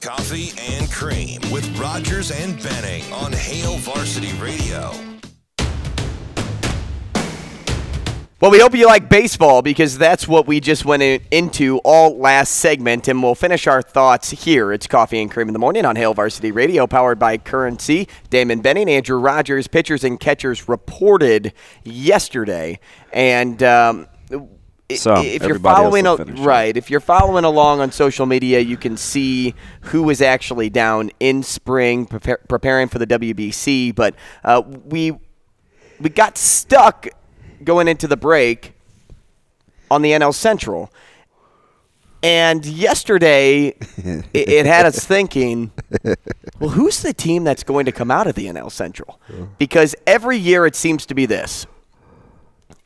Coffee and Cream with Rogers and Benning on Hale Varsity Radio. Well, we hope you like baseball because that's what we just went in, into all last segment, and we'll finish our thoughts here. It's Coffee and Cream in the Morning on Hale Varsity Radio, powered by Currency. Damon Benning, Andrew Rogers, pitchers and catchers reported yesterday, and. Um, i- So, if you're everybody else following, will al- finish it. right, if you're following along on social media, you can see who is actually down in spring prepar- preparing for the WBC. But uh, we we got stuck going into the break on the NL Central. And yesterday, it, it had us thinking, well, who's the team that's going to come out of the NL Central? Because every year it seems to be this,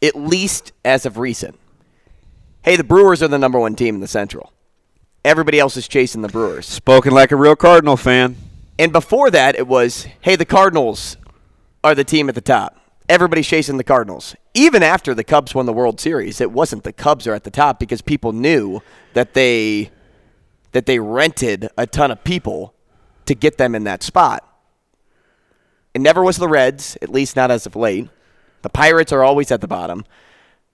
at least as of recent. Hey, the Brewers are the number one team in the Central. Everybody else is chasing the Brewers. Spoken like a real Cardinal fan. And before that, it was, hey, the Cardinals are the team at the top. Everybody's chasing the Cardinals. Even after the Cubs won the World Series, it wasn't the Cubs are at the top because people knew that they that they rented a ton of people to get them in that spot. It never was the Reds, at least not as of late. The Pirates are always at the bottom.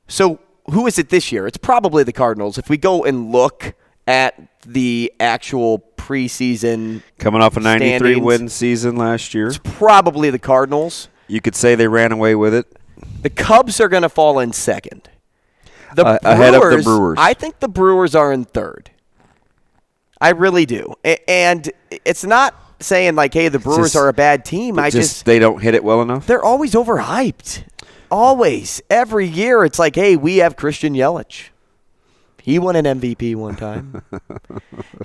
So who is it this year? It's probably the Cardinals. If we go and look at the actual preseason Coming off a 93 Standings. win season last year. probably the Cardinals. You could say they ran away with it. The Cubs are going to fall in second. The Uh, ahead of the Brewers. I think the Brewers are in third. I really do. A- And it's not saying like, hey, the Brewers just- are a bad team. I Just, just, they don't hit it well enough. they're always overhyped. Always. Every year it's like, hey, we have Christian Yelich. He won an MVP one time.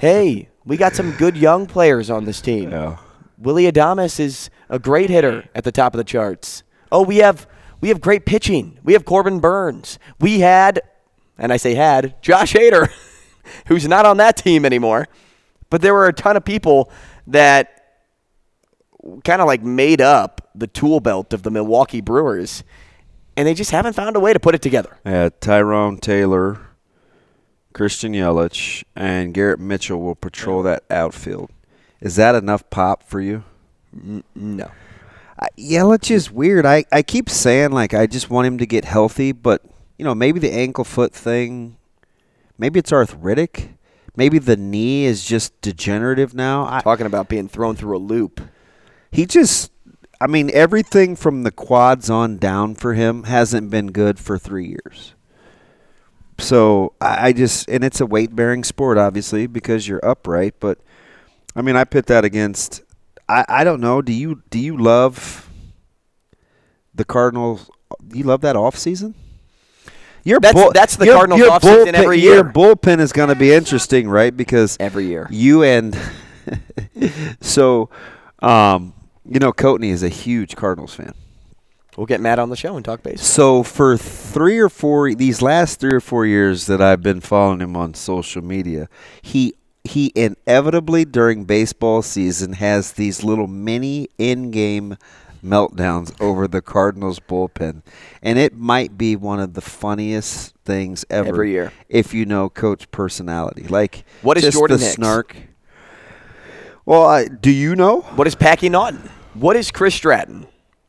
hey, we got some good young players on this team. Yeah. Willie Adamas is a great hitter at the top of the charts. Oh, we have we have great pitching. We have Corbin Burns. We had, and I say had Josh Hader, who's not on that team anymore. But there were a ton of people that kind of like made up the tool belt of the Milwaukee Brewers, and they just haven't found a way to put it together. Yeah, Tyrone Taylor, Christian Yelich, and Garrett Mitchell will patrol that outfield. Is that enough pop for you? No. I, Yelich is weird. I, I keep saying like I just want him to get healthy, but you know maybe the ankle foot thing, maybe it's arthritic, maybe the knee is just degenerative now. I, Talking about being thrown through a loop. he just i mean everything from the quads on down for him hasn't been good for three years so i, I just and it's a weight bearing sport obviously because you're upright but i mean i pit that against i i don't know do you do you love the cardinals do you love that off season your That's- that's the your- Cardinals your offseason bullpen- every Your year. bullpen is going to be interesting, right? Because Every year. you and so, um, you know, Coatney is a huge Cardinals fan. We'll get Matt on the show and talk baseball. So for three or four these last three or four years that I've been following him on social media, he he inevitably during baseball season has these little mini in-game meltdowns over the Cardinals bullpen, and it might be one of the funniest things ever. Every year. if you know Coach personality, like What is just Jordan the Hicks? snark? Well, I, do you know? What is Packy Naughton? What is Chris Stratton?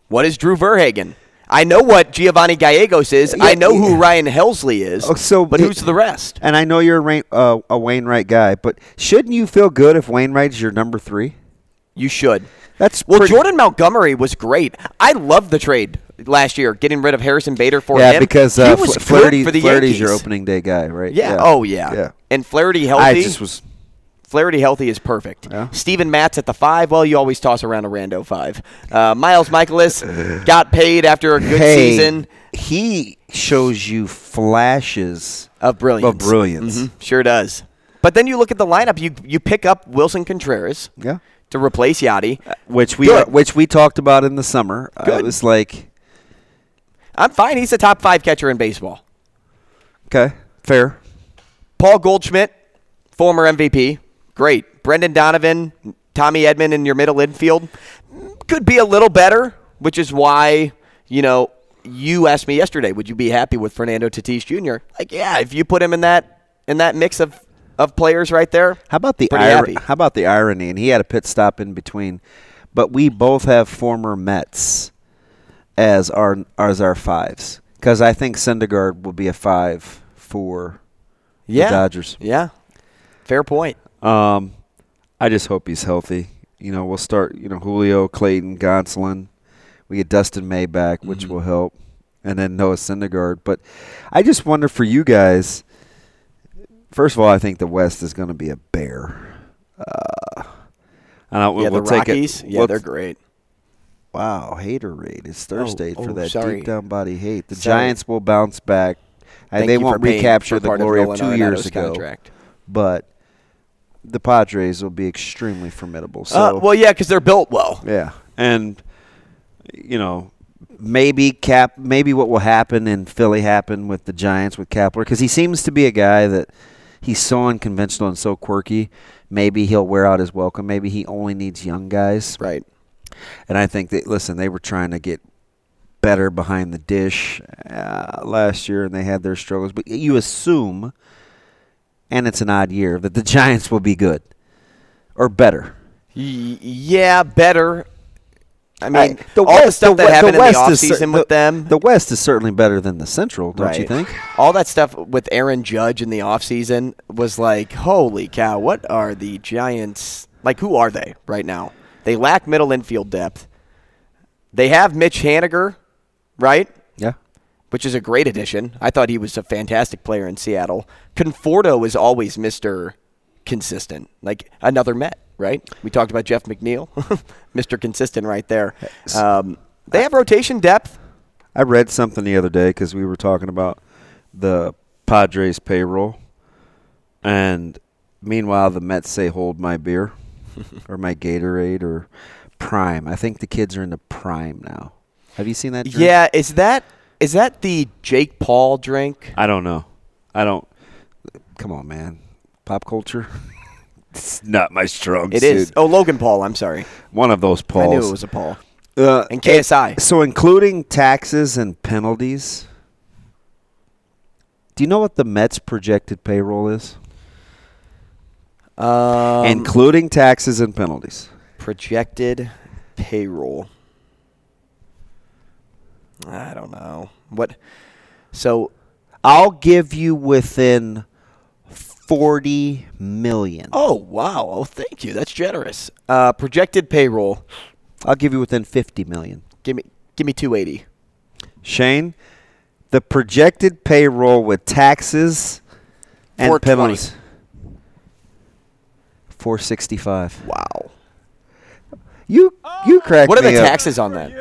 What is Drew Verhagen? I know what Giovanni Gallegos is. I Yeah, know who yeah. Ryan Helsley is. Oh, so but it- who's the rest? And I know you're a, Rain, uh, a Wainwright guy, but shouldn't you feel good if Wainwright's your number three? You should. That's well, pretty- Jordan Montgomery was great. I loved the trade last year, getting rid of Harrison Bader for yeah, him. because uh, he Fl- was good Flaherty, for the Flaherty's your Yankees. opening day guy, right? Yeah. Oh yeah. Yeah. And Flaherty healthy. I just was. Flaherty healthy is perfect. Yeah. Steven Matz at the five. Well, you always toss around a rando five. Uh, Miles Michaelis got paid after a good hey, season he shows you flashes uh, of brilliance. of brilliance. Mhm, Sure does. But then you look at the lineup. You you pick up Wilson Contreras Yeah. Uh, to replace Yachty. Which we Good. which we talked about in the summer. Uh, Good. It was like I'm fine. He's the top five catcher in baseball. okay, fair. Paul Goldschmidt, former MVP, great. Brendan Donovan, Tommy Edmond in your middle infield could be a little better, which is why you know you asked me yesterday, would you be happy with Fernando Tatis Jr.? Like, yeah, if you put him in that in that mix of of players right there. How about the Pretty ir- happy. how about the irony? And he had a pit stop in between, but we both have former Mets as our as our fives because I think Syndergaard will be a five for Yeah. the Dodgers. Yeah. Fair point. Um, I just hope he's healthy. You know, we'll start. You know, Julio, Clayton, Gonsolin. We get Dustin May back, which Mm-hmm. will help, and then Noah Syndergaard. But I just wonder for you guys. First of all, I think the West is going to be a bear. Uh, I don't, yeah, we'll the take Rockies. It, yeah, we'll- they're great. Wow, hater raid. It's Thursday oh, for that sorry. deep down body hate. The Sorry. Giants will bounce back, and Thank they you for won't paying recapture for the part glory of, Nolan two Arenado's years ago. Contract. But the Padres will be extremely formidable. So uh, well, yeah, because they're built well. Yeah, and you know, maybe cap, maybe what will happen in Philly happen with the Giants with Kapler because he seems to be a guy that he's so unconventional and so quirky. Maybe he'll wear out his welcome. Maybe he only needs young guys. Right. And I think that listen, they were trying to get better behind the dish uh, last year, and they had their struggles. But you assume, and it's an odd year, that the Giants will be good or better. Y- yeah, better. I mean, I- all the stuff that we- happened in the is cer- offseason with the- them. The West is certainly better than the Central, don't you Right. think? All that stuff with Aaron Judge in the offseason was like, holy cow, what are the Giants like who are they right now? They lack middle infield depth. They have Mitch Haniger, right? Yeah. Which is a great addition. I thought he was a fantastic player in Seattle. Conforto is always Mr. Consistent. Like another Met, right? We talked about Jeff McNeil. Mr. Consistent right there. Um, they have rotation depth. I read something the other day because we were talking about the Padres payroll, and meanwhile the Mets say, "Hold my beer," or my Gatorade, or Prime. I think the kids are into Prime now. Have you seen that? drink? Yeah, is that is that the Jake Paul drink? I don't know. I don't. Come on, man. Pop culture. it's not my strong It suit. is. Oh, Logan Paul. I'm sorry. One of those Pauls. I knew it was a Paul. Uh, And KSI. it- so including taxes and penalties. Do you know what the Mets' projected payroll is? Um, including taxes and penalties. projected payroll. I don't know what. So, I'll give you within forty million. oh wow, oh thank you, that's generous. Uh, projected payroll. I'll give you within fifty million. Give me, give me two eighty. Shane, the projected payroll with taxes and 420. penalties. Four sixty-five. Wow. You you cracked What are the me up. taxes on that?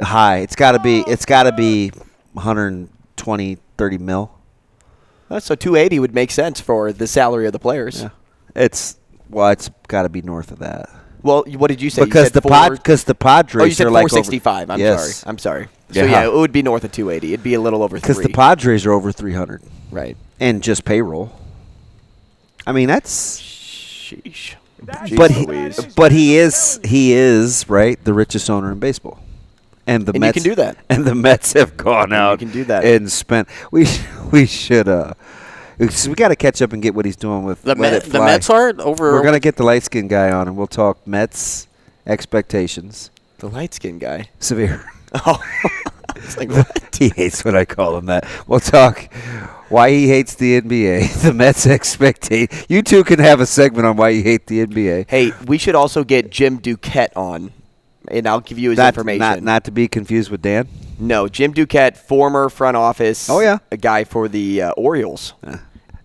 high. It's got to be. It's got to be 120, 30 mil. Uh, So two eighty would make sense for the salary of the players. It's well, it's got to be north of that Well, you- what did you say? You because said the pod four- because the Padres Oh, you said are like four over- sixty five. I'm Yes. sorry. I'm sorry. So Yeah. yeah, it would be north of two eighty. It'd be a little over three. because the Padres are over three hundred right. and just payroll. I mean that's Sheesh. but Jeez he, Louise. but he is he is right the richest owner in baseball. And the And you Mets can do that. And the Mets have gone out can do that. and spent. We we should uh we got to catch up and get what he's doing with The, Let Met, It the Fly. Mets are over. We're gonna get the light skinned guy on, and we'll talk Mets expectations. the light skin guy. Severe. Oh, it's like what? he hates when I call him that. We'll talk why he hates the NBA, the Mets expectations. You two can have a segment on why you hate the NBA. Hey, we should also get Jim Duquette on, and I'll give you his not, information. not not to be confused with Dan. no, Jim Duquette, former front office. Oh, yeah. a guy for the uh, Orioles,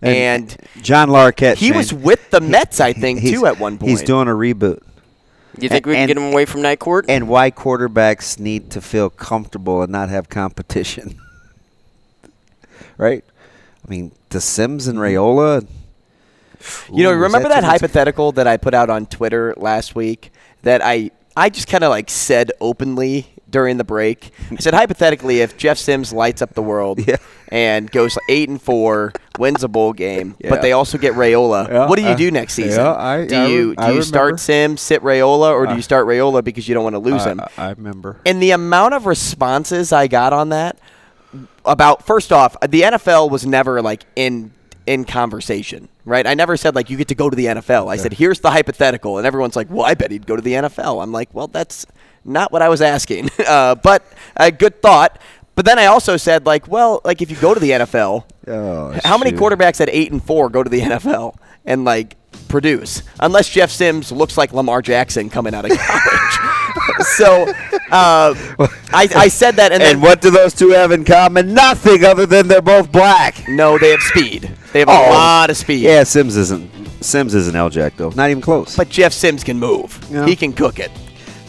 and, John Larquette. he Shane. was with the Mets, I think, He's- too, at one point. He's doing a reboot. you think we and- can get him away from night court? And why quarterbacks need to feel comfortable and not have competition. right? I mean, the Sims and Rayola. You know, Ooh, is remember that, that too much? hypothetical that I put out on Twitter last week that I I just kind of like said openly during the break. I said hypothetically if Jeff Sims lights up the world Yeah. and goes 8 and 4, wins a bowl game, Yeah. but they also get Rayola. Yeah, what do I- you do next season? yeah, I- do I you re- I do you remember. Uh, start Sims, sit Rayola or do you start Rayola because you don't want to lose him? remember. and the amount of responses I got on that about first off, the NFL was never like in in conversation, right? I never said like you get to go to the NFL. I said here's the hypothetical, and everyone's like, "Well, I bet he'd go to the NFL." I'm like, "Well, that's not what I was asking," uh, but a good thought. But then I also said like, "Well, like if you go to the NFL, Oh, how many shoot. quarterbacks at eight and four go to the NFL and like produce? Unless Jeff Sims looks like Lamar Jackson coming out of college." so uh, I, I said that, and, And then what do those two have in common? Nothing other than they're both black. No, they have speed. They have a Oh. lot of speed. Yeah, Sims isn't. Sims isn't L Jack though. Not even close. But Jeff Sims can move. Yeah. He can cook it.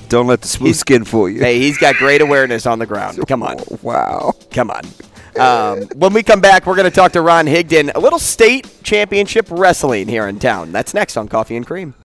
don't let the smooth skin fool you. Hey, he's got great awareness on the ground. Come on. Wow. Come on. Um, when we come back, we're going to talk to Ron Higdon. A little state championship wrestling here in town. That's next on Coffee and Cream.